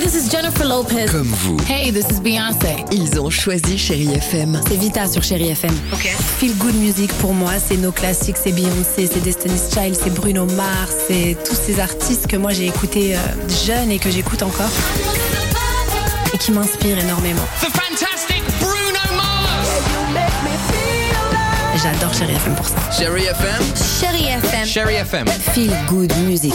This is Jennifer Lopez. Comme vous, Hey, this is Beyoncé. Ils ont choisi Chérie FM. C'est Vita sur Chéri FM. Ok. Feel Good Music pour moi, c'est nos classiques, c'est Beyoncé, c'est Destiny's Child, c'est Bruno Mars, c'est tous ces artistes que moi j'ai écoutés euh, jeune et que j'écoute encore et qui m'inspirent énormément. The fantastic Bruno Mars. J'adore Chérie FM pour ça. Chérie FM, Chéri FM. Sherry FM. Feel Good Music.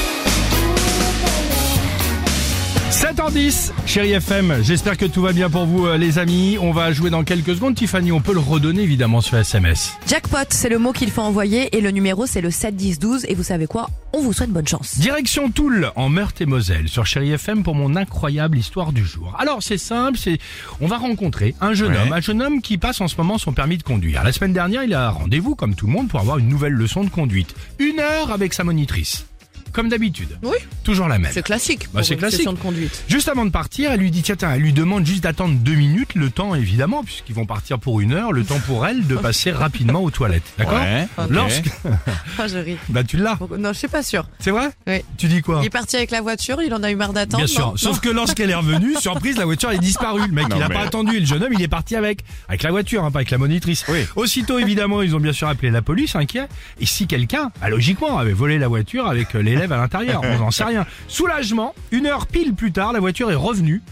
7h10, chérie FM, j'espère que tout va bien pour vous euh, les amis. On va jouer dans quelques secondes. Tiffany, on peut le redonner évidemment sur SMS. Jackpot, c'est le mot qu'il faut envoyer et le numéro c'est le 7 10 12 et vous savez quoi On vous souhaite bonne chance. Direction Toul, en Meurthe-et-Moselle, sur chérie FM pour mon incroyable histoire du jour. Alors c'est simple, c'est on va rencontrer un jeune homme, un jeune homme qui passe en ce moment son permis de conduire. La semaine dernière, il a rendez-vous comme tout le monde pour avoir une nouvelle leçon de conduite. Une heure avec sa monitrice. Comme d'habitude. Oui. Toujours la même. C'est classique pour Bah, c'est une classique. session de conduite. Juste avant de partir, elle lui dit tiens, tiens, elle lui demande juste d'attendre deux minutes, le temps évidemment, puisqu'ils vont partir pour une heure, le temps pour elle de passer rapidement aux toilettes. D'accord Ouais, ok. Oh. Lorsque. Ah, je ris. Bah tu l'as. Pourquoi- Non, je suis pas sûre. C'est vrai Oui. Tu dis quoi Il est parti avec la voiture, il en a eu marre d'attendre. Bien sûr. non Sauf que lorsqu'elle est revenue, surprise, la voiture est disparue. Le mec, Non, il a mais- pas attendu. Et le jeune homme, il est parti avec. Avec la voiture, hein, pas avec la monitrice. Oui. Aussitôt, évidemment, ils ont bien sûr appelé la police, inquiet. Et si quelqu'un, bah, logiquement, avait volé la voiture avec euh, l'élève à l'intérieur, on n'en sait rien. Soulagement, une heure pile plus tard, la voiture est revenue.